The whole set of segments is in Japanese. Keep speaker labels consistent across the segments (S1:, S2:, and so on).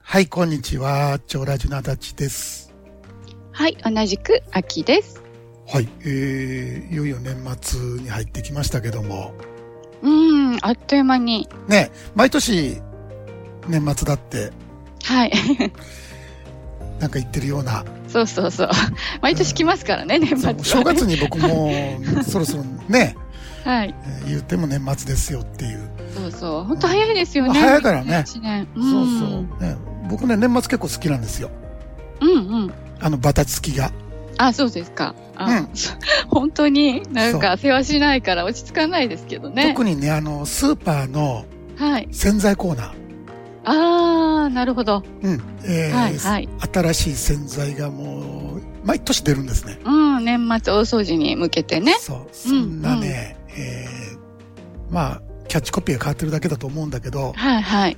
S1: はい、こんにちは。長ラジの足立です。
S2: はい、同じく秋です。
S1: はい、えー、いよいよ年末に入ってきましたけども、
S2: うーん、あっという間に。
S1: ね、毎年、年末だって、
S2: はい。
S1: なんか言ってるような、
S2: そうそうそう。 毎年来ますからね、年末
S1: そ
S2: は
S1: う
S2: ね。
S1: 正月に僕も、 そろそろね、
S2: はい。
S1: えー言っても年末ですよっていう。
S2: そうそう。本当早いですよね。
S1: 早いからね
S2: 一年。う
S1: そうんそう。ね、僕ね、年末結構好きなんですよ。
S2: うんうん。
S1: あの、バタつきが。
S2: あ、そうですか。あ
S1: うん
S2: そ 本当になんか世話しないから落ち着かないですけどね。
S1: 特にね、あの、スーパーの
S2: はい。
S1: 洗剤コーナー。
S2: あー、なるほど。
S1: うん。えー
S2: はいはい。
S1: 新しい洗剤がもう、毎年出るんですね。
S2: うん、年末大掃除に向けてね。
S1: そう。そんなね、えーまあ、キャッチコピーが変わってるだけだと思うんだけど、
S2: はいはい。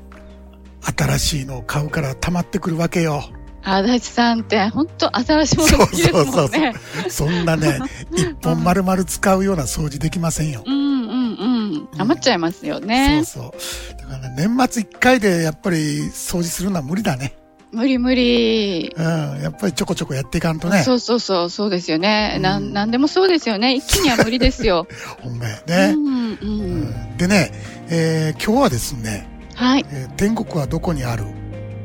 S1: 新しいのを買うから溜まってくるわけよ。
S2: 足立さんって本当新しいもの好きですもんね。
S1: そうそうそうそんな ね、一本丸々使うような掃除できませんよ。
S2: うんうんうん。余っちゃいますよね。
S1: そうそう。だから、ね、年末一回でやっぱり掃除するのは無理だね。
S2: 無理無理。
S1: うん。やっぱりちょこちょこやっていかんとね。
S2: そうそうそう、そうですよね。
S1: うん
S2: なん、なんでもそうですよね。一気には無理ですよ。
S1: ほんまや
S2: う
S1: ね。
S2: ん、う。
S1: うんんでね、えー今日はですね、
S2: はい。
S1: えー天国はどこにある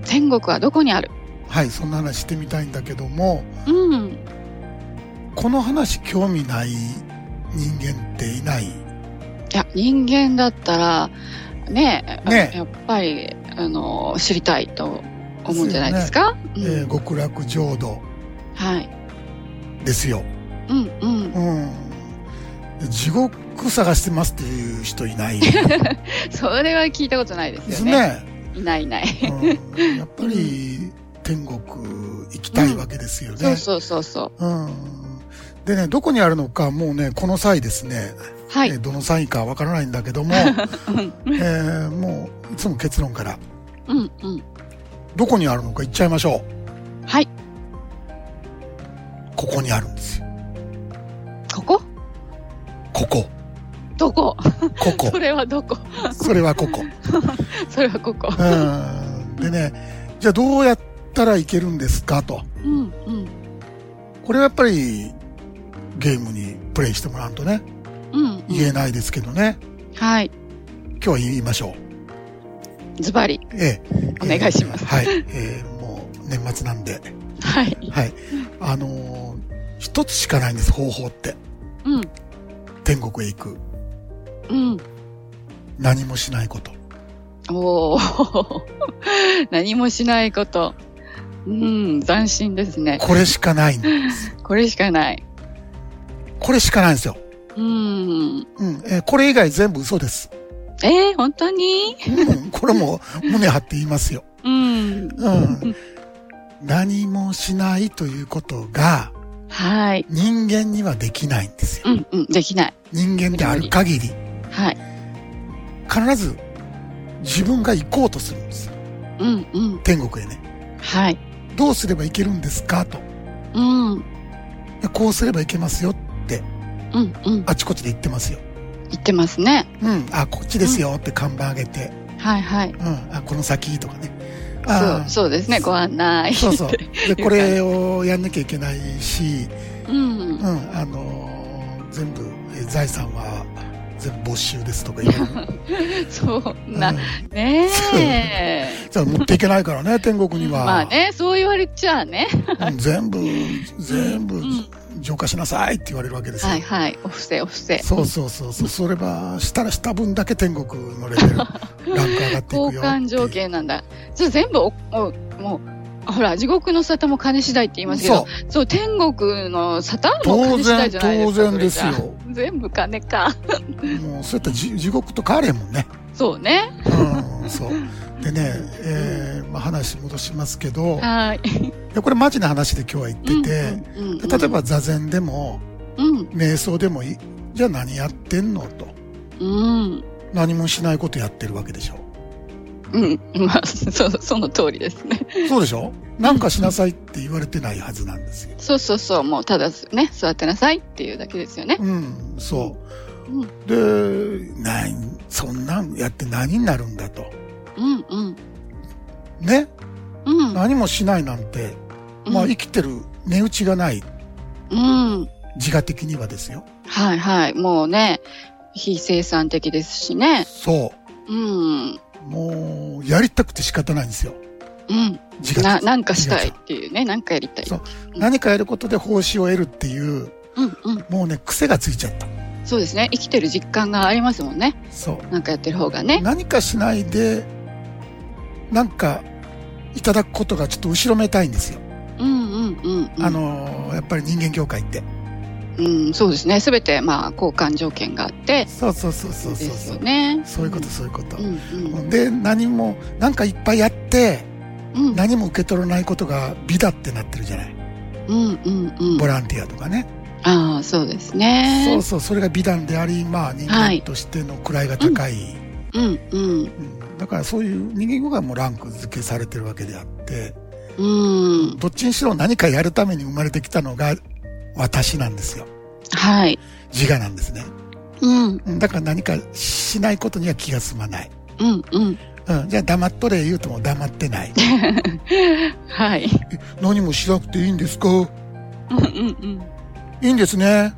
S2: 天国はどこにある
S1: はい、そんな話してみたいんだけども、
S2: うん。
S1: この話興味ない人間っていない
S2: いや、人間だったら、ねえ、
S1: ねえ
S2: やっぱり、あの、知りたいと思うんじゃないですか
S1: え
S2: う
S1: ー
S2: ん
S1: 極楽浄土
S2: はい。
S1: ですよ。
S2: うん、うん。
S1: うん。地獄探してますっていう人い ない。
S2: それは聞いたことないです
S1: で
S2: よ
S1: す
S2: ね。
S1: ね。
S2: いないいない。
S1: うん、やっぱり天国行きたいわけですよ
S2: そ
S1: ね
S2: う。そうそうそう。
S1: うん。でね、どこにあるのかもうね、この際ですね、
S2: は
S1: えー
S2: い。
S1: どの際かわからないんだけど も、えーもういつも結論から、
S2: うん、うん。
S1: どこにあるのか言っちゃいましょう。
S2: はい。
S1: ここにあるんですよ。
S2: ここ
S1: ここ。
S2: どこ
S1: ここ
S2: そ。れはどこ
S1: それはここ。
S2: それはここ。
S1: うん。でね、じゃあどうやったらいけるんですかと。
S2: うん、うん。
S1: これはやっぱりゲームにプレイしてもらうとね、
S2: うん、うん。
S1: 言えないですけどね。
S2: はい。
S1: 今日は言いましょう。
S2: ズバリ。
S1: ええ。
S2: お願いします
S1: ええはい。ええ、もう年末なんで。
S2: はい。
S1: はい。あのー一つしかないんです、方法って。
S2: うん。
S1: 天国へ行く。
S2: うん。
S1: 何もしないこと。
S2: おお。 何もしないこと。うん、斬新ですね。
S1: これしかないんです。
S2: これしかない。
S1: これしかないんですよ。
S2: うん。
S1: うん。ええこれ以外全部嘘です。
S2: えー、本当に
S1: うん、これも胸張って言いますよ。
S2: う
S1: う
S2: ん。
S1: ん。何もしないということが
S2: はい。
S1: 人間にはできないんですよ。
S2: うん、うん、できない。
S1: 人間である限り、
S2: はい。
S1: 必ず自分が行こうとするんですよ。
S2: うん、うん。
S1: 天国へね。
S2: はい。
S1: どうすれば行けるんですかと。
S2: うん。うん、
S1: こうすれば行けますよ。
S2: うん。
S1: あちこちで言ってますよ。
S2: 言ってますね。
S1: うん。あ、こっちですよって看板上げて。
S2: はい、はい。
S1: うん。あ、この先とかね。
S2: そう
S1: あ、
S2: そうですね。ご案内。
S1: そうそう。で、これをやんなきゃいけないし、
S2: うん
S1: う。ん、あのー全部、えー財産は全部没収ですとか言う、
S2: そう
S1: うん、
S2: な、ねえ。
S1: じゃあ持っていけないからね、天国には。
S2: まあね、そう言われちゃあね。
S1: うん全部、全部
S2: うん、
S1: 浄化しなさいって言われるわけですよ。
S2: はいはい。お布施、お布施。
S1: そうそうそうそう、それは、したらした分だけ天国のレベ ル、ランク上がっていくよっていう。
S2: 交換条件なんだ。じゃあ全部お、おもう、ほら、地獄の沙汰も金次第って言いますけ
S1: そ
S2: ど、そう、天国の沙汰も
S1: 当
S2: 金次第
S1: 然、
S2: じゃないで
S1: 当
S2: すか。
S1: 然ですよ。
S2: それ
S1: も
S2: じゃ。全部金か。
S1: う、そういった地地獄と変われへんもんね。
S2: そうね。
S1: うん、そう。でね、えーまあ話戻しますけど、
S2: はい。
S1: いやこれマジな話で今日は言ってて、
S2: うんうんうん
S1: 例えば座禅でも
S2: うん、
S1: 瞑想でもいいじゃあ何やってんのと
S2: うん、
S1: 何もしないことやってるわけでしょ
S2: うん、 まあ、そ、その通りですね。
S1: そうでしょなんかしなさいって言われてないはずなんですよ
S2: そうそうそう、もうただね、座ってなさいっていうだけですよね。
S1: うんそうう、でなんそんなんやって何になるんだと
S2: うん、うん、
S1: ね
S2: うん。
S1: 何もしないなんて、まあ
S2: うん
S1: 生きてる値打ちがない
S2: うん。
S1: 自我的にはですよ。
S2: はいはい。もうね、非生産的ですしね。
S1: そ
S2: うん。
S1: う。もう、やりたくて仕方ないんですよ。
S2: うん。
S1: 自我
S2: な、
S1: 的
S2: なんかしたいっていうね。なんかやりたい。
S1: そう
S2: う。
S1: 何かやることで報酬を得るっていう、
S2: んうん。
S1: もうね、癖がついちゃった。
S2: そうですね。生きてる実感がありますもんね。
S1: そう。
S2: なんかやってる方がね。
S1: 何かしないで、なんか、いただくことがちょっと後ろめたいんですよ。
S2: うんうんうん、うん。
S1: あ、のーやっぱり人間業界って。
S2: うん、そうですね。すべて、まあ、交換条件があって、
S1: そうそうそうそう
S2: で
S1: そう
S2: す
S1: そ
S2: よ
S1: う。
S2: ね。
S1: そういうこと、そういうこと
S2: う。んうん
S1: で、何も、なんかいっぱいやって、
S2: うん。
S1: 何も受け取らないことが美だってなってるじゃない。
S2: うんうんうん
S1: ボ。ランティアとかね。
S2: ああ、そうです
S1: そ
S2: ね
S1: う。そう、それが美談であり、まあ人
S2: は
S1: 間
S2: い
S1: としての位が高い。
S2: うんうん。
S1: うんだからそういう人間語がもうランク付けされてるわけであって、
S2: うん。
S1: どっちにしろ何かやるために生まれてきたのが私なんですよ。
S2: はい。
S1: 自我なんですね。
S2: うん
S1: うんだから何かしないことには気が済まない。
S2: うんうん。
S1: うん、じゃあ黙っとれ言うとも黙って ない。
S2: はい。
S1: え何もしなくていいんですか
S2: うんうん
S1: いいんですね。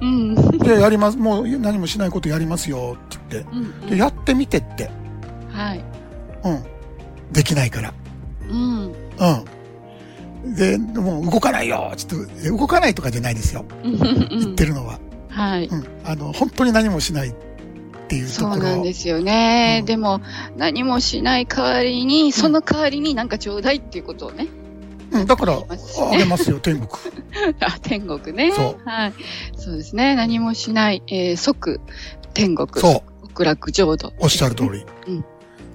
S2: うん。うん
S1: で、やります。もう何もしないことやりますよって言っ
S2: うん
S1: て。
S2: う
S1: で、
S2: ん。
S1: やってみてって。
S2: はい。
S1: うん。できないから。
S2: うん
S1: うん。で、もう動かないよちょっと、え動かないとかじゃないですよ。
S2: うんうんう
S1: 言
S2: ん
S1: って。るのは。
S2: はい。
S1: うん。あの、本当に何もしないっていうと
S2: そ
S1: こ
S2: う
S1: ろ
S2: なん
S1: を
S2: ですよね。
S1: うん
S2: でも、何もしない代わりに、その代わりになんかちょうだいっていうことをね。
S1: うん、だから
S2: ありますね、
S1: あげますよ、天 国。
S2: あ、天国ね。
S1: そう
S2: はい。そうですね。何もしない、えー即、天国。
S1: そう。
S2: 極楽浄土。
S1: おっしゃる通り。
S2: うん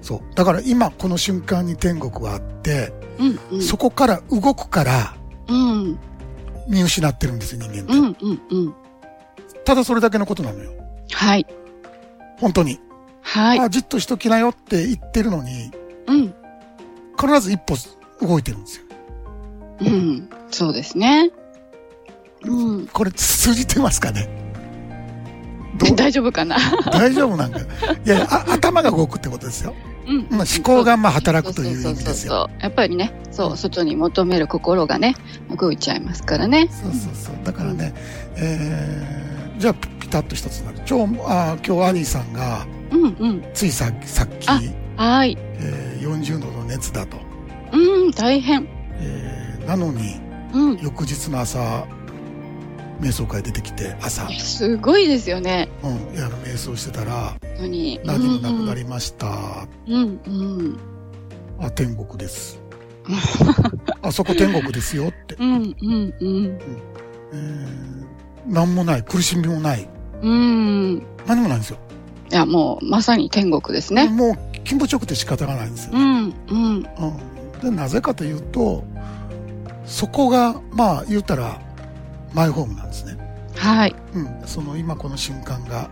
S1: そう。だから今、この瞬間に天国はあって、
S2: うんうん。
S1: そこから動くから、
S2: うん。
S1: 見失ってるんですよ、人間って。
S2: うんうんうん。
S1: ただそれだけのことなのよ。
S2: はい。
S1: 本当に。
S2: はい。
S1: あ、じっとしときなよって言ってるのに、
S2: うん。
S1: 必ず一歩動いてるんですよ。
S2: うん。そうですね。うん。
S1: これ通じてますかねど う
S2: 大丈夫かな
S1: 大丈夫なんか。いやいや、あ頭が動くってことですよ。
S2: うん。
S1: まあ、思考がまあ働くという意味ですよ。
S2: そうそうそうそうやっぱりね、そう、外に求める心がね、動いちゃいますからね。
S1: そうそうそう。だからね、えー、じゃあピピタッと一つになる。今日、あー今日アニーさんが、
S2: うんうん。
S1: ついささっき、
S2: あはい。
S1: えー40度の熱だと。
S2: うん、大変。
S1: えーなのに、
S2: うん。
S1: 翌日の朝、瞑想会出てきて、朝、
S2: すごいですよね。
S1: うん、いやあの瞑想してたら、
S2: 本当に。
S1: 何もなくなりました。
S2: うんうん。
S1: あ、天国です。 あそこ天国ですよって。
S2: うんうんうん。
S1: えー、何もない、苦しみもない、
S2: うん。うん。
S1: 何もないんですよ。
S2: いや、もう、まさに天国ですね。
S1: もう気持ちよくて仕方がないんですよ
S2: う。んうん。
S1: うん、でなぜかというとそこがまあ言うたらマイホームなんですね、
S2: はい。
S1: うん、その今この瞬間が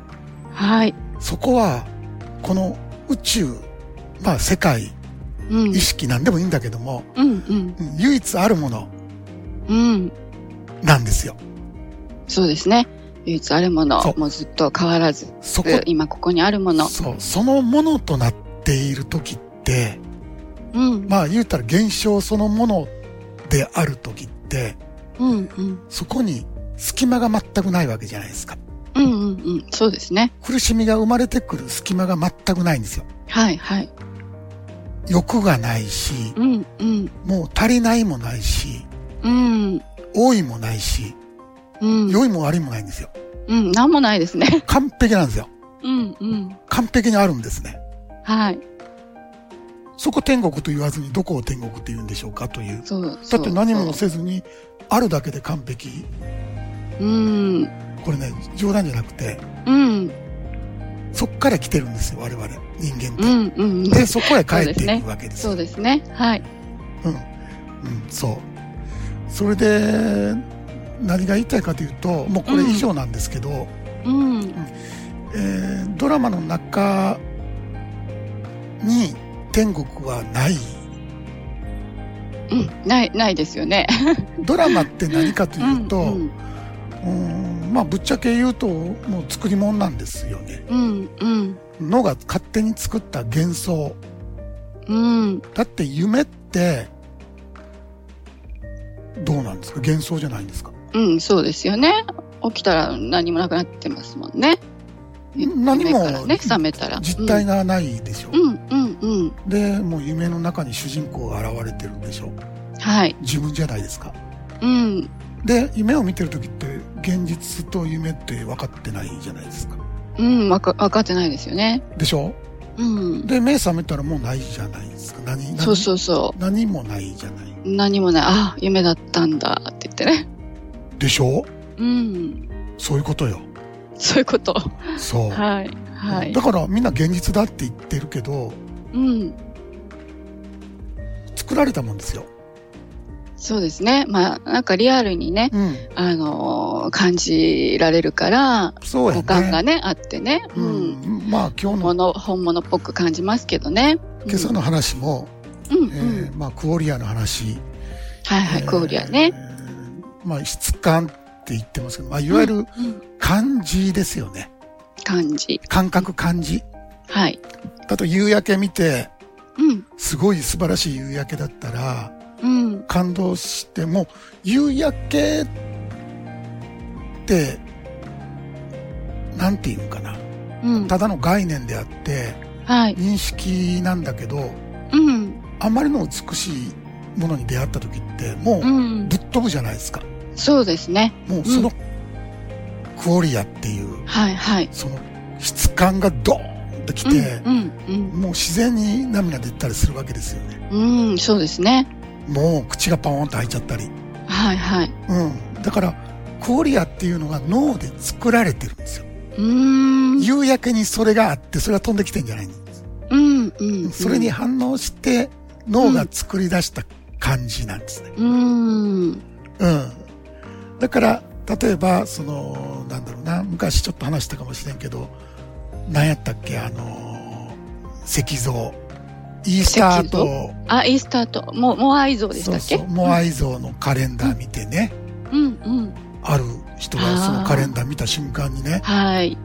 S2: はい。
S1: そこはこの宇宙まあ世界
S2: うん
S1: 意。識なんでもいいんだけども、
S2: うんうん。
S1: うん唯一あるもの
S2: うん。
S1: なんですよ
S2: そうですね。唯一あるもの
S1: そ、う
S2: もうずっと変わらず、
S1: そこ
S2: 今ここにあるもの。
S1: そうそのものとなっている時って
S2: うん。
S1: まあ言うたら現象そのものである時って
S2: うんうん。
S1: そこに隙間が全くないわけじゃないですか
S2: うんうんうん。そうですね。
S1: 苦しみが生まれてくる隙間が全くないんですよ
S2: はいはい。
S1: 欲がないし、
S2: うんうん。
S1: もう足りないもないし、
S2: うん。
S1: 多いもないし、
S2: うん。
S1: 良いも悪いもないんですよ。
S2: うん。なんもないですね。
S1: 完璧なんですよ。
S2: うんうん。
S1: 完璧にあるんですね。
S2: はい。
S1: そこ天国と言わずにどこを天国って言うんでしょうかという。
S2: そう。
S1: だ
S2: そ
S1: っ
S2: う
S1: て何もせずに、あるだけで完璧。
S2: うん。
S1: これね、冗談じゃなくて、
S2: うん。
S1: そっから来てるんですよ、我々、人間
S2: う
S1: っ
S2: んうん。
S1: て。で、そこへ帰っ
S2: そうです
S1: てい
S2: ね
S1: くわけです
S2: そ
S1: よ。
S2: うですね。はい。
S1: うん。うん、そう。それで、何が言いたいかというと、もうこれ以上なんですけど、
S2: うん。
S1: えードラマの中に天国はない。
S2: うん。ない、ないですよね。
S1: ドラマって何かというと、
S2: うん
S1: うーんまあぶっちゃけ言うともう作り物なんですよね。
S2: うんうん。
S1: のが勝手に作った幻想。
S2: うん。
S1: だって夢ってどうなんですか幻想じゃないんですか
S2: うん、そうですよね。起きたら何もなくなってますもんね。
S1: 何
S2: 夢
S1: も
S2: からね、覚めたら。
S1: 実体がないでしょ、
S2: うん、うん、うん、うん。
S1: でもう夢の中に主人公が現れてるんでしょ
S2: はい。
S1: 自分じゃないですか
S2: うん。
S1: で夢を見てる時って現実と夢って分かってないじゃないですか
S2: うん、わか、わかってないですよね。
S1: でしょ
S2: うん。
S1: で目覚めたらもうないじゃないですか何何
S2: そうそうそう。
S1: 何もないじゃない
S2: 何もない。あ、夢だったんだって言ってね。
S1: でしょ
S2: うん。
S1: そういうことよ
S2: そういうこと。
S1: そう、
S2: はい。はい
S1: だ。からみんな現実だって言ってるけど
S2: うん。
S1: 作られたもんですよ、
S2: そうですね。まあ、なんかリアルにね、
S1: うん、
S2: あのー感じられるから、
S1: そうやね
S2: 五感がね、あってね。
S1: う
S2: うん。
S1: ん、まあ今日
S2: も
S1: の
S2: の、本物っぽく感じますけどね。うん
S1: 今朝の話も、
S2: うん、うん。
S1: えーまあ、クオリアの話、
S2: はいはい、
S1: えー
S2: クオリアね。
S1: まあ質感って言ってますけど、まあ、いわゆる
S2: うん。
S1: 感じですよね
S2: 感じ。
S1: 感覚感じ
S2: はい。
S1: だと夕焼け見て
S2: うん。
S1: すごい素晴らしい夕焼けだったら
S2: うん。
S1: 感動しても夕焼けってなんていうのかな
S2: うん。
S1: ただの概念であって
S2: はい。
S1: 認識なんだけど
S2: うん。
S1: あまりの美しいものに出会った時っても
S2: う。
S1: うんぶっ飛ぶじゃないですか
S2: そうですね。
S1: もうそのクオリアっていう
S2: はいはい。
S1: その質感がドーンってき
S2: うん
S1: て、
S2: うん。
S1: もう自然に涙出たりするわけですよね
S2: うん。うん。そうですね。
S1: もう口がパーンと開いちゃったり
S2: はいはい。
S1: うんだからクオリアっていうのが脳で作られてるんですよ
S2: うーん。
S1: 夕焼けにそれがあってそれが飛んできてんじゃないの
S2: うん。うん。
S1: それに反応して脳が作り出した感じなんですね。
S2: うん。
S1: うん。だから、例えば、その、なんだろうな、昔ちょっと話したかもしれんけど、何やったっけ、あのー石像。イースターと、
S2: あ、イースターと、もう、モアイ像でしたっけ
S1: そうそう、モアイ像のカレンダー見てね、
S2: うんうん。
S1: ある人がそのカレンダー見た瞬間にね、
S2: はい。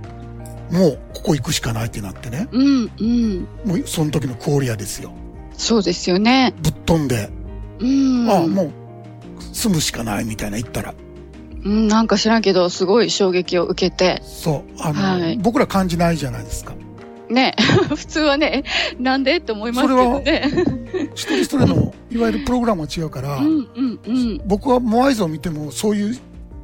S1: もうここ行くしかないってなってね、
S2: うんうん。
S1: もうその時のクオリアですよ。
S2: そうですよね。
S1: ぶっ飛んで、
S2: うん。
S1: ああ、もう住むしかないみたいな言ったら、
S2: うん、なんか知らんけど、すごい衝撃を受けて。
S1: そう、あの、
S2: はい
S1: 僕ら感じないじゃないです か。
S2: ね。普通はね、えなんでって思いますけどね。
S1: 一人一人の、いわゆるプログラムが違うから、
S2: うんうんうん。
S1: 僕はモアイ像を見ても、そういう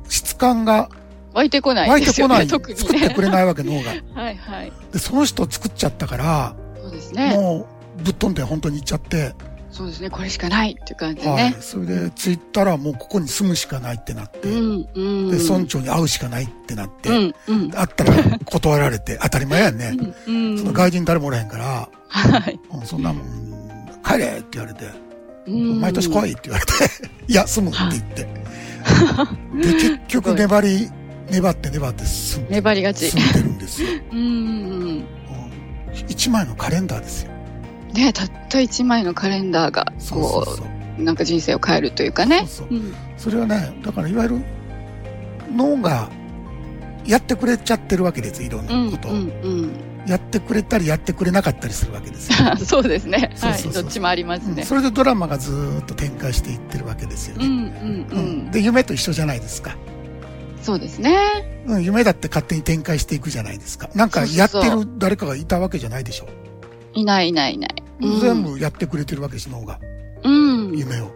S1: 質感が
S2: 湧いてこな
S1: 湧い
S2: いで
S1: て
S2: す
S1: こ
S2: よ
S1: ない。
S2: ね。 特に
S1: 作って
S2: ね。
S1: くれないわけ、脳 が。
S2: はいはい。
S1: で、その人作っちゃったから、
S2: そうですね。
S1: もう、ぶっ飛んで本当に行っちゃって、
S2: そうですね。これしかないっていう感じで
S1: はい
S2: ね。。
S1: それで、着いたらもうここに住むしかないってなって、
S2: うんうん。
S1: で、村長に会うしかないってなって、
S2: うんうん。
S1: 会ったら断られて、当たり前やんね。
S2: うん
S1: そうの
S2: ん。
S1: 外人誰もおらへんから、
S2: はい。
S1: うんそんなもん、帰れって言われて、
S2: うん
S1: 毎年来いって言われて、 いや、住むって言って。で、結局粘り、粘って粘って住んで、
S2: 粘りがち。
S1: 住んでるんですよ。
S2: うんうん。
S1: うん一枚のカレンダーですよ。
S2: ねたった一枚のカレンダーが、
S1: そうそう
S2: こ
S1: そう。
S2: う、なんか人生を変えるというかね。
S1: そうそううんそれはね、だからいわゆる脳がやってくれちゃってるわけです。いろん
S2: うん
S1: なことを。
S2: うん
S1: やってくれたりやってくれなかったりするわけですよ。
S2: うん そうです ね。
S1: そう
S2: は
S1: そう
S2: い。
S1: そう
S2: どっちもあります
S1: うん
S2: ね。
S1: それでドラマがずーっと展開していってるわけですよ
S2: う
S1: ね。
S2: んうんう
S1: うん
S2: ん。
S1: で、夢と一緒じゃないですか。
S2: そうですね。
S1: うん、夢だって勝手に展開していくじゃないですか。なんかやってる誰かがいたわけじゃないでしょ。
S2: いないいないいない。うん
S1: 全。部やってくれてるわけです、脳が。
S2: うん。
S1: 夢を。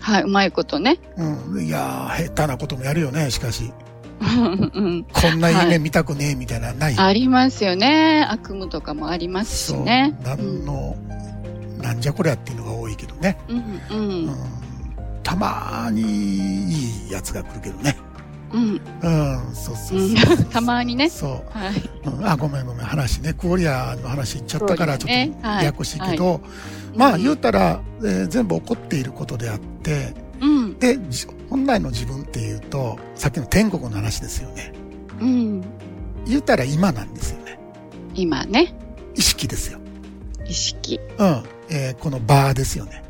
S2: はい、うまいことね。
S1: うん。いやー、下手なこともやるよね、しかし。
S2: うんうん
S1: こんな
S2: は
S1: 夢
S2: い
S1: 見たくねえ、みたいな、ない。
S2: ありますよね。悪夢とかもありますし
S1: そう。
S2: ね。
S1: なんの、なんじゃこりゃっていうのが多いけどね。
S2: うんう
S1: うんん。たまーに、いいやつが来るけどね。
S2: うん
S1: うん、そうそううそ
S2: ん
S1: う。
S2: たまにね。
S1: そう。
S2: はい。
S1: うんあ、ごめんごめん、話ね、クオリアの話いっちゃったから、ちょ
S2: クオ
S1: っ
S2: リアね
S1: とややこしいけど、
S2: い
S1: ま
S2: う
S1: あ
S2: ん
S1: 言うたら、えー全部起こっていることであって、
S2: うん
S1: で、じ本来の自分っていうと、さっきの天国の話ですよね。
S2: うん。
S1: 言うたら今なんですよね。
S2: 今ね、
S1: 意識ですよ。
S2: 意識。
S1: うん。えーこの場ですよね。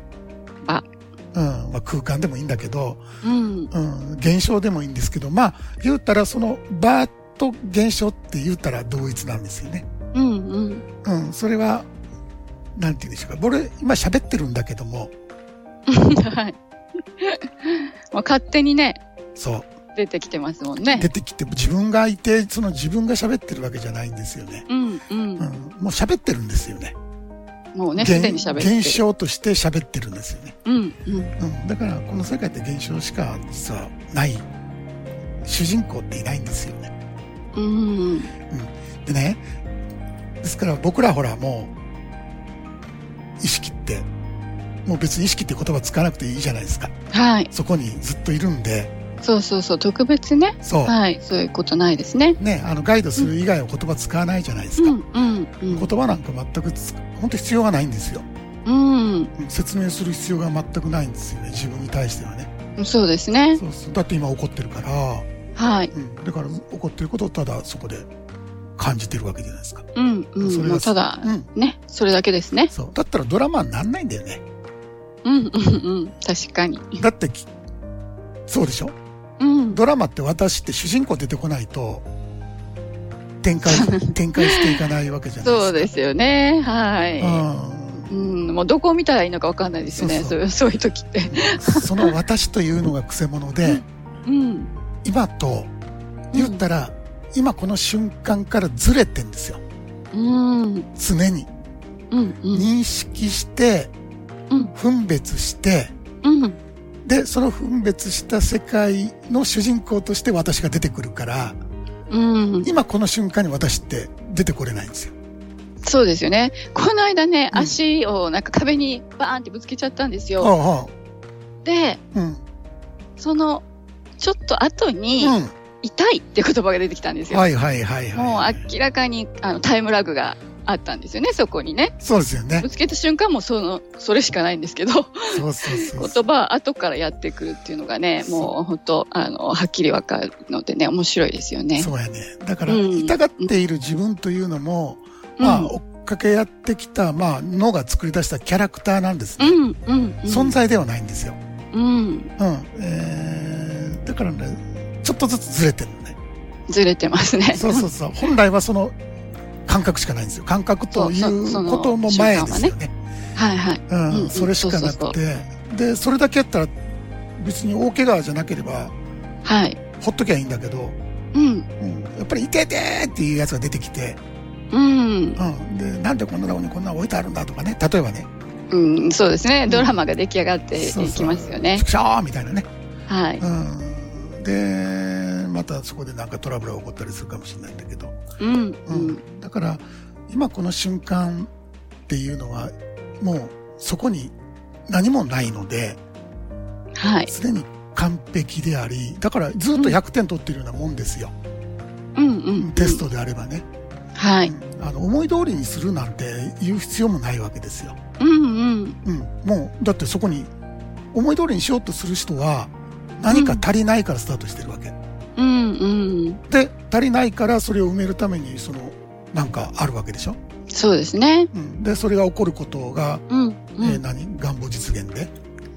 S2: 場。
S1: うん。まあ、空間でもいいんだけど、
S2: うん。
S1: うん、現象でもいいんですけど、まあ、言うたらその場と現象って言うたら同一なんですよね。
S2: うんうん。
S1: うん、それは、なんて言うんでしょうか。俺、今喋ってるんだけども、
S2: はい。もう勝手にね、
S1: そう
S2: 出てきてますもんね。
S1: 出てきて自分がいてその自分が喋ってるわけじゃないんですよね、
S2: うんうん
S1: うん、もう喋ってるんですよね
S2: もうね、す
S1: 現
S2: でに喋ってる。
S1: 現象として喋ってるんですよね、
S2: うんうん。
S1: うん、だからこの世界って現象しか実はない主人公っていないんですよね
S2: うんうん。
S1: でねですから僕らほらもう意識ってもう別に意識って言葉使わなくていいじゃないですか
S2: はい。
S1: そこにずっといるんで
S2: そうそうそう。特別ね。
S1: そう、
S2: はい。そういうことないですね。
S1: ねあのガイドする以外は言葉使わないじゃないです
S2: う
S1: か、
S2: んう
S1: 言
S2: ん
S1: 葉なんか全くつ本当必要がないんですよ
S2: うん。
S1: 説明する必要が全くないんですよね自分に対してはね
S2: うん。そうですね。
S1: そうそうだって今怒ってるから、
S2: はい。
S1: うん、だから怒ってることをただそこで感じてるわけじゃないですか、
S2: うんうん。
S1: それ
S2: も
S1: が
S2: うただ、
S1: うん、
S2: ね。それだけですね。
S1: そうだったらドラマになんないんだよね
S2: うんうんうん。確かに。
S1: だってきそうでしょ
S2: うん。
S1: ドラマって私って主人公出てこないと展 開展開していかないわけじゃないですか
S2: そうですよね。はい。
S1: うん
S2: うん、もうどこを見たらいいのかわかんないですよね。
S1: そ
S2: そううそういう時って。
S1: その私というのがくせ者で、
S2: うん。
S1: 今と言ったら、今この瞬間からずれてんですよ。
S2: うん。うん。
S1: 常に。
S2: うん。
S1: 認識して
S2: うん、
S1: 分別して、
S2: うん。
S1: で、その分別した世界の主人公として私が出てくるから、
S2: うん。
S1: 今この瞬間に私って出てこれないんですよ。
S2: そうですよね。この間ね、
S1: うん
S2: 足をなんか壁にバーンってぶつけちゃったんですよ。
S1: ああ、
S2: で、
S1: うん。
S2: その、ちょっと後に、
S1: う
S2: 痛いって言葉が出てきたんです
S1: ん。
S2: よ。
S1: はいはいはい
S2: も
S1: は
S2: う
S1: い。
S2: 明らかにあのタイムラグがあったんですよね、そこにね。
S1: そうですよね。
S2: ぶつけた瞬間もその、それしかないんですけど、
S1: そうそうそうそう。
S2: 言葉は後からやってくるっていうのがね、もう本当、あの、はっきりわかるのでね、面白いですよね。
S1: そうやね。だから、
S2: うん
S1: 痛がっている自分というのも、
S2: うん
S1: まあ、追っかけやってきた、まあ、脳が作り出したキャラクターなんです
S2: う
S1: ね。
S2: ん、うん。
S1: 存在ではないんですよ。
S2: うん。
S1: うん。えー、だからね、ちょっとずつずれてるの ね。
S2: ずれてますね。
S1: そうそうそう。本来はその感覚しかないんですよ。感覚とい
S2: そう
S1: う
S2: そその
S1: ことの前ですよね。
S2: はいはい。
S1: う。
S2: うんん
S1: それしかな
S2: そ
S1: く
S2: う
S1: て。で、それだけやったら、別に大怪我じゃなければ、
S2: はい。
S1: ほっときゃいいんだけど、
S2: うん。
S1: うん、やっぱり、いててーっていうやつが出てきて、
S2: うん。
S1: うん。で、なんでこんなとこにこんなの置いてあるんだとかね。例えばね。
S2: うん、そうですね。
S1: ん
S2: ドラマが出来上がってい
S1: そうそう
S2: きますよね。
S1: ちくしょーみたいなね。
S2: はい。
S1: うん。で、またそこでなんかトラブルが起こったりするかもしれないんだけど。
S2: うん、
S1: う
S2: うん。
S1: ん、だから今この瞬間っていうのはもうそこに何もないので
S2: はい。
S1: 常に完璧でありだからずっと100点取ってるようなもんですよ、
S2: うん、うん。
S1: テストであればね、
S2: はい。
S1: あの思い通りにするなんて言う必要もないわけですよ、
S2: うん、うん。
S1: うん、もうだってそこに思い通りにしようとする人は何か足りないからスタートしてるわけ、
S2: うん、うん。
S1: で足りないからそれを埋めるためにそのなんかあるわけでしょ、
S2: そうですね。
S1: うん、でそれが起こることが
S2: うん、う
S1: えー
S2: ん。
S1: 何願望実現で、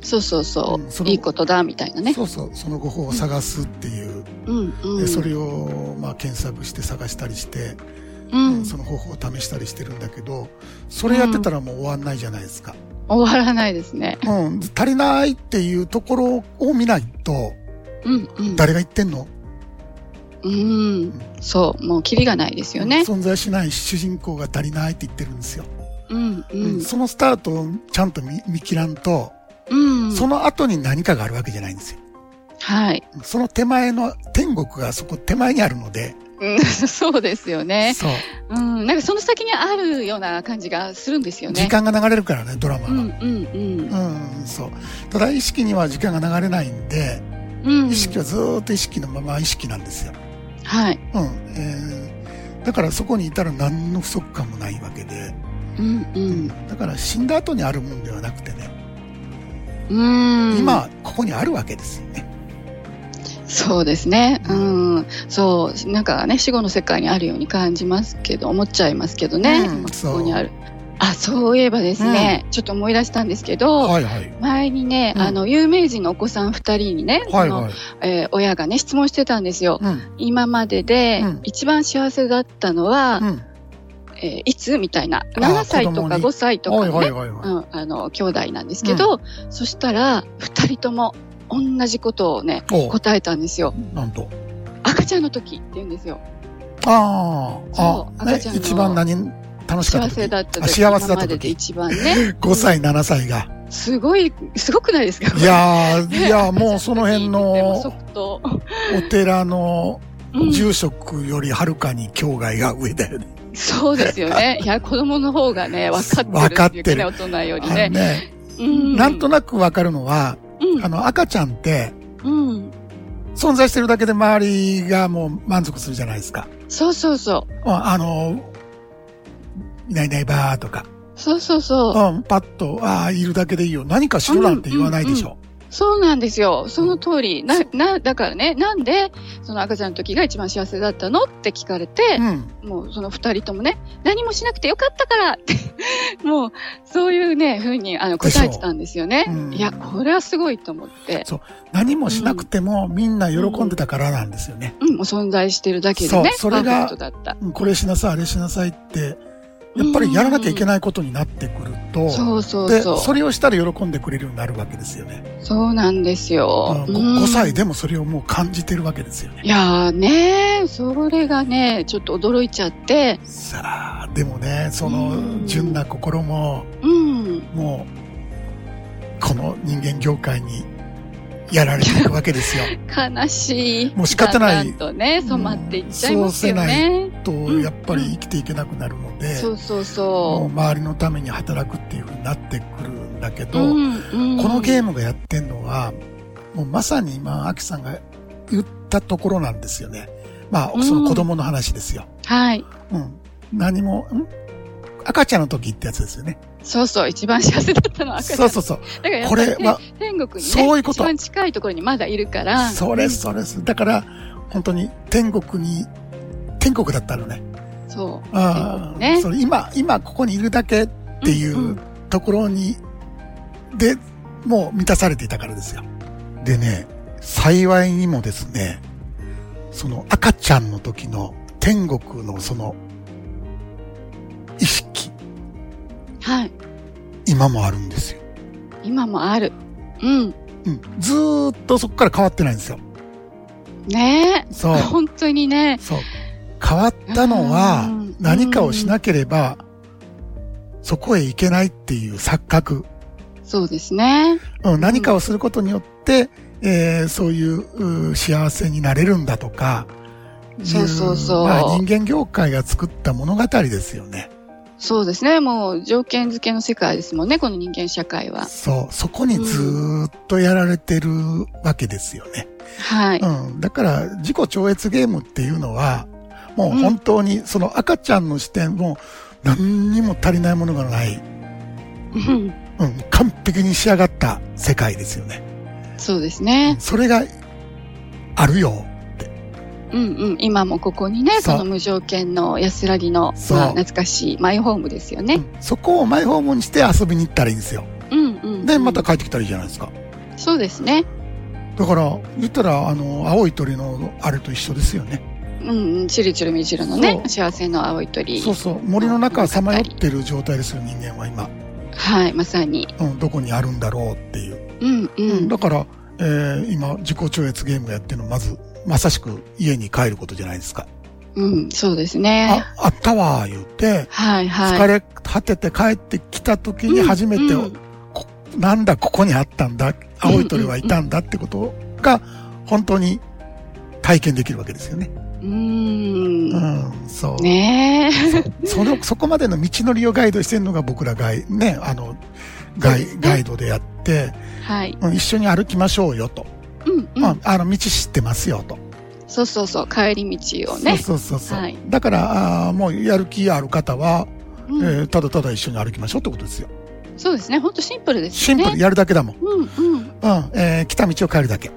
S2: そうそうそ。
S1: うんそうの
S2: いいことだ、みたいなね。
S1: そうそうその誤報を探すっていう、
S2: うん、う
S1: で
S2: ん。
S1: それを、まあ、検索して探したりして、
S2: うん。
S1: その方法を試したりしてるんだけどそれやってたらもう終わんないじゃないですか、
S2: 終わらないですね。
S1: うん足りないっていうところを見ないと
S2: うん、うん。
S1: 誰が言ってんの、
S2: うん。そう。もう、キリがないですよね。
S1: 存在しない主人公が足りないって言ってるんですよ、
S2: うん、う
S1: うん
S2: ん。
S1: そのスタートをちゃんと見見切らんと、
S2: うん。
S1: その後に何かがあるわけじゃないんですよ
S2: はい。
S1: その手前の天国がそこ手前にあるので、
S2: うん そうですよね。
S1: そう
S2: うん。なんか、その先にあるような感じがするんですよね
S1: 時。間が流れるからねドラマは、
S2: うん、うん、
S1: うん、そう。ただ意識には時間が流れないんで、
S2: うん。うん
S1: 意。識はずーっと意識のまま意識なんですよ。
S2: はい。
S1: うん。えーだからそこにいたら何の不足感もないわけで、
S2: うんうん。
S1: だから死んだ後にあるもんではなくてね、
S2: うん。
S1: 今ここにあるわけですよね。
S2: そうですね。うん。そう。なんかね、死後の世界にあるように感じますけど、思っちゃいますけどね。
S1: うん
S2: こ
S1: そう
S2: こにある。あ、そういえばですね、ちょっと思い出したんですけど、
S1: いはい。
S2: 前にね、
S1: うん
S2: あの、有名人のお子さん二人にね、その
S1: い。
S2: えー親がね、質問してたんですよ。
S1: うん。
S2: 今までで
S1: うん
S2: 一番幸せだったのは、
S1: うん。
S2: えーいつみたいな、
S1: あ
S2: 7歳とか
S1: 子供に
S2: 5歳と
S1: はい
S2: か
S1: はい
S2: ね、
S1: はいは
S2: う
S1: い。
S2: ん、あの、兄弟なんですけど、そしたら、二人とも同じことをね、
S1: おう
S2: 答えたんですよ。
S1: なんと。
S2: 赤ちゃんの時って言うんですよ。
S1: ああ
S2: そう、
S1: あ、ね
S2: 赤ちゃん、の
S1: 一番何、楽しかった
S2: 幸
S1: 時。
S2: せだった
S1: あ
S2: 時。
S1: 幸せだっ
S2: 今ま
S1: た
S2: でで
S1: 時。
S2: 一番ね、
S1: 5歳、7歳が。
S2: すごい、すごくないですか
S1: いやー、
S2: ね
S1: いやーもうその辺の
S2: 赤ちゃん時っても即答
S1: お寺の
S2: うん
S1: 住職よりはるかに境外が上だよね。
S2: そうですよ ね。いや、子供の方がね、分かってるっていうかね、大人より
S1: あの
S2: ね。
S1: ね、
S2: うん
S1: なんとなくわかるのは、
S2: うん
S1: あの赤ちゃんって
S2: うん。
S1: 存在してるだけで周りがもう満足するじゃないですか。
S2: そうそうそう。
S1: うんあの、いないいないばーとか、
S2: そうそうそう。
S1: うん、パッと、ああ、いるだけでいいよ。何かしろなんて言わないでしょ。
S2: そうなんですよ。その通り。な、な、だからね、なんで、その赤ちゃんの時が一番幸せだったのって聞かれて、
S1: うん。
S2: もうその二人ともね、何もしなくてよかったからって、 もう、そういうね、ふうに、あの、
S1: でしょ
S2: 答えてたんですよね。
S1: うん
S2: いや、これはすごいと思って、
S1: 何もしなくてもみんな喜んでたからなんですよね。
S2: うん、もう存在してるだけでね、
S1: そうそれが
S2: パーフェクトだった。
S1: うんこれしなさい、あれしなさいって、やっぱりやらなきゃいけないことになってくると、
S2: そうそう
S1: で、
S2: そう。
S1: それをしたら喜んでくれるようになるわけですよね。
S2: そうなんですよ。
S1: うん
S2: うん
S1: 5歳でもそれをもう感じてるわけですよね。
S2: いやーねそれがね、ちょっと驚いちゃって、
S1: さあ、でもね、そうの
S2: ん
S1: 純な心も、
S2: うん、
S1: もう、この人間業界にやられていくわけ ですよ。
S2: 悲しい。
S1: もう仕方ない
S2: だんだんとね、染まっていっちゃいますよね。
S1: と、
S2: ん
S1: やっぱり生きていけなくなるので、
S2: そうそう
S1: もう
S2: そ
S1: 周りのために働くっていう風になってくるんだけ
S2: う。
S1: ど、
S2: うんうん
S1: このゲームがやってんのは、もうまさに今、アキさんが言ったところなんですよね。ま
S2: う
S1: あ、
S2: ん
S1: その子供の話ですよ。
S2: はい。
S1: うん。何も、ん赤ちゃんの時ってやつですよね。
S2: そうそう、一番幸せだったのは赤ちゃん。
S1: そうそうそう。
S2: だからやっ
S1: こ
S2: ぱり
S1: れは、
S2: 天国にね、
S1: そういうこと
S2: 一番近いところにまだいるから。
S1: そうです、そうです。だから、本当に天国に、天国だったのね。
S2: そう。
S1: ああ、
S2: 天国ね
S1: それ今、今ここにいるだけってい
S2: ん
S1: ううんところに、で、もう満たされていたからですよ。でね、幸いにもですね、その赤ちゃんの時の天国のその意識、
S2: はい。
S1: 今もあるんですよ。
S2: 今もある。う
S1: う
S2: ん。
S1: ん。ずーっとそこから変わってないんですよ。
S2: ね
S1: そう
S2: え。。本当にね。
S1: そう。変わったのは
S2: うん、
S1: 何かをしなければ、そこへ行けないっていう錯覚。
S2: そうですね。
S1: うん、何かをすることによって、えーそういううー幸せになれるんだとか、
S2: そうそうそう
S1: まあ、人間業界が作った物語ですよね。
S2: そうですね。もう条件付けの世界ですもんね、この人間社会は。
S1: そう、そこにずーっとやられてるわけですよね。
S2: はい。
S1: うん、だから自己超越ゲームっていうのは、もう本当にその赤ちゃんの視点も何にも足りないものがない、
S2: うん
S1: うん、完璧に仕上がった世界ですよね。
S2: そうですね。
S1: それがあるよ。
S2: うんうん。今もここにね、
S1: そう
S2: その無条件の安らぎの、
S1: そう
S2: まあ、懐かしいマイホームですよ
S1: う
S2: ね。
S1: んそこをマイホームにして遊びに行ったらいいんですよ。
S2: うんうん。
S1: で、また。帰ってきたらいいじゃないですか。
S2: そうですね。
S1: だから、言ったら、あの、青い鳥のあれと一緒ですよね。
S2: うんうん。チルチルミチルのね
S1: そ、う
S2: 幸せの青い鳥。
S1: そうそう。森の中さまよってる状態ですよ、人間は今。
S2: はい、まさに。
S1: うん、どこにあるんだろうっていう。
S2: うんう
S1: うん、
S2: ん。
S1: だから、えー今、自己超越ゲームがやってるのは、まず、まさしく家に帰ることじゃないですか。
S2: うん、そうですね。
S1: あ、あったわ、言って、
S2: はいはい。
S1: 疲れ果てて帰ってきた時に初めて、
S2: うんうん
S1: こなんだ、ここにあったんだ、青い鳥はいたんだってことが、本当に体験できるわけですよね。
S2: う。
S1: うんん、そう。
S2: ねえ。
S1: そのそこまでの道のりをガイドしてるのが僕らガイ,、ね、あのガイガイドでやって、
S2: はい。
S1: うん一緒に歩きましょうよと、
S2: うんう
S1: ま
S2: ん。
S1: あ、あの道知ってますよと、
S2: そうそうそう。帰り道をね。
S1: そうそうそうそう、
S2: はい
S1: だからあーもうやる気ある方は、
S2: うん
S1: えーただただ一緒に歩きましょうってことですよ
S2: そうですね。ほんとシンプルです
S1: シ
S2: よ
S1: ンプ
S2: ね。
S1: ルやるだけだもん、
S2: うんうん。
S1: うんえー来た道を変えるだけ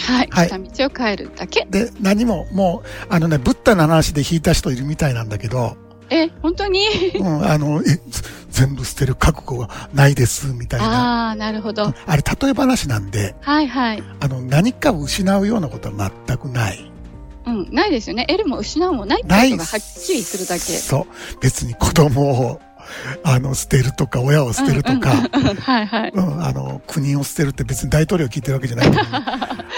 S2: はい。
S1: はい
S2: 来た道を変えるだけ。
S1: で何ももうあのねブッダの話で引いた人いるみたいなんだけ ど、
S2: え、本当に
S1: うん、あのえぜ全部捨てる覚悟がないですみたいな
S2: ああ、なるほど。
S1: あれ例え話なんで
S2: はいはい。
S1: あの、何かを失うようなことは全くない。
S2: うん、ないですよね。得るも失うもないってことがはっきりするだけ。
S1: そう。別に子供を、あの、捨てるとか、親を捨てるとか、
S2: はいはい。
S1: うん、あの、国を捨てるって別に大統領を聞いてるわけじゃないと思 う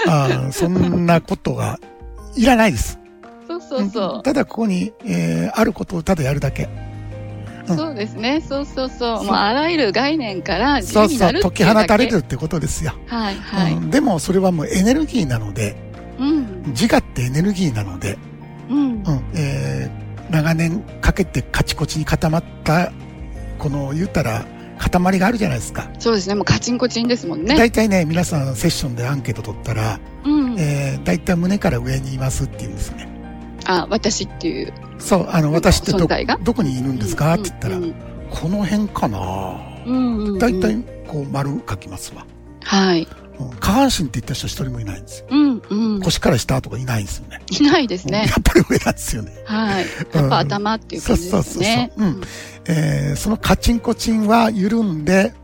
S1: あーそんなことがいらないです。
S2: そうそう
S1: うん
S2: そ
S1: ただここに、えーあることをただやるだけ。う
S2: う。
S1: ん
S2: そうですね。そうそうそう。
S1: そう
S2: もうあらゆる概念から自
S1: そ
S2: 由
S1: う
S2: に
S1: そ
S2: な
S1: う、
S2: るってい
S1: 解
S2: うだ
S1: き
S2: け。
S1: 放たれるってことですよ。
S2: はいは
S1: う
S2: い。
S1: んでもそれはもうエネルギーなので、
S2: うん。
S1: 自我ってエネルギーなので、
S2: うん
S1: う。んえー長年かけてカチコチに固まった、この言ったら塊があるじゃないですか。
S2: そうですね。もうカチンコチンですもんね。
S1: 大体ね、皆さんセッションでアンケート取ったら、
S2: うん。
S1: えー大体胸から上にいますっていうんですね。
S2: あ、私っていう。
S1: そう、あの、私って
S2: 存
S1: ど
S2: 在が、
S1: どこにいるんですか
S2: う
S1: っ
S2: ん
S1: て言ったら
S2: う、ん
S1: この辺かな
S2: うんうんうん
S1: 大体、こう、丸書きますわ。
S2: はい。
S1: うん下半身って言った人一人もいないんですよ。
S2: うんうん。
S1: 腰から下とかいないんですよね。
S2: いないですね
S1: や。っぱり上なんですよね。
S2: はい。やっぱ頭っていう感じですよね。
S1: そうそうそうえーそのカチンコチンは緩んで、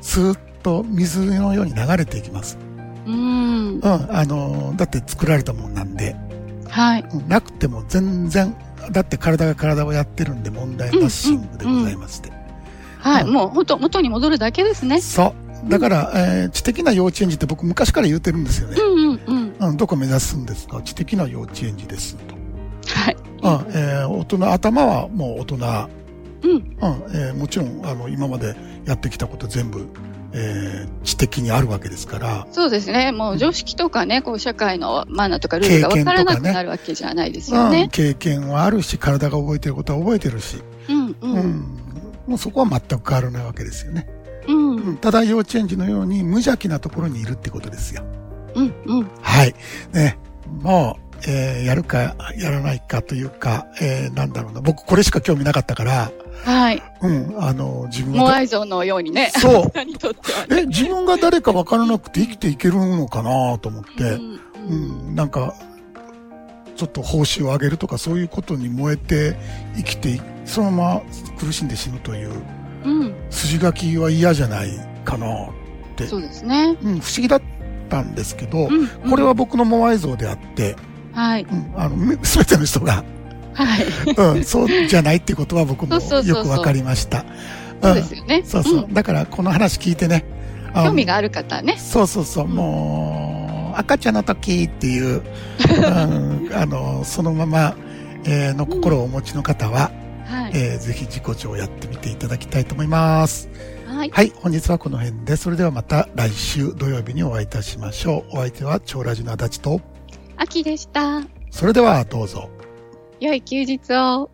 S1: スーッと水のように流れていきます。
S2: うん。
S1: うん、あのーだって作られたもんなんで、
S2: はい。
S1: うんなくても全然、だって体が体をやってるんで問題なシングでございまして。
S2: はい。
S1: うん
S2: もう本当元に戻るだけですね。
S1: そう。だから、えー知的な幼稚園児って僕昔から言ってるんですよね
S2: う。んうんうん。
S1: うん、どこ目指すんですか知的な幼稚園児ですと。
S2: はい。
S1: うん、えー大人、頭はもう大人。
S2: うん。
S1: うんえーもちろんあの今までやってきたこと全部、えー知的にあるわけですから、
S2: そうですね。もう常識とかね、こう社会のマナーとかルールが分からなくなるわけじゃないですよ
S1: うん
S2: ね。
S1: 経験はあるし体が覚えてることは覚えてるし、
S2: うんう
S1: うん
S2: ん。
S1: もうそこは全く変わらないわけですよね、
S2: うんう
S1: うんん、ただ幼稚園児のように無邪気なところにいるってことですよ
S2: うん。
S1: はいねもう、えーやるかやらないかというか、えーなんだろうな僕これしか興味なかったから、
S2: はい。
S1: うん、あの自分
S2: モ
S1: は
S2: アイ像のようにね。
S1: そう
S2: あなたにとってはね。
S1: え自分が誰か分からなくて生きていけるのかなと思って、
S2: うん
S1: う
S2: うん
S1: ん、なんか、ちょっと報酬を上げるとか、そういうことに燃えて生きて、そのまま苦しんで死ぬという、
S2: うん。
S1: 筋書きは嫌じゃないかな。
S2: そうですね。
S1: うん、不思議だったんですけど
S2: う、ん。
S1: これは僕のモアイ像であって、
S2: うん。はい。
S1: うん、あの、め全ての人 が、
S2: はい。
S1: うん、そうじゃないってことは僕も
S2: そうそうそうそう
S1: よくわかりました。
S2: そうですよね。。
S1: ん、そうそううんだから、この話聞いてね、あの
S2: 興味がある方ね。
S1: そうそうそう、
S2: うん
S1: もう、赤ちゃんの時っていう、うんあの、そのまま、えーの心をお持ちの方は、
S2: はい。
S1: えーぜひ自己調をやってみていただきたいと思います。
S2: はい。
S1: はい、本日はこの辺で、それではまた来週土曜日にお会いいたしましょう。お相手は、超ラジの足立と、
S2: 秋でした。
S1: それではどうぞ。
S2: 良い休日を。